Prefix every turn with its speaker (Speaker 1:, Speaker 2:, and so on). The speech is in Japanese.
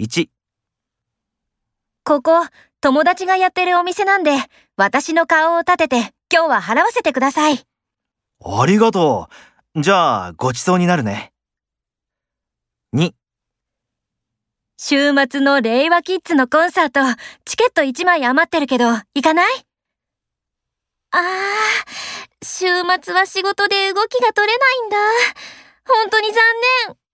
Speaker 1: 1、
Speaker 2: ここ、友達がやってるお店なんで、私の顔を立てて、今日は払わせてください。
Speaker 1: ありがとう。じゃあ、ごちそうになるね。2、
Speaker 2: 週末の令和キッズのコンサート、チケット1枚余ってるけど、行かないあー、週末は仕事で動きが取れないんだ。本当に残念。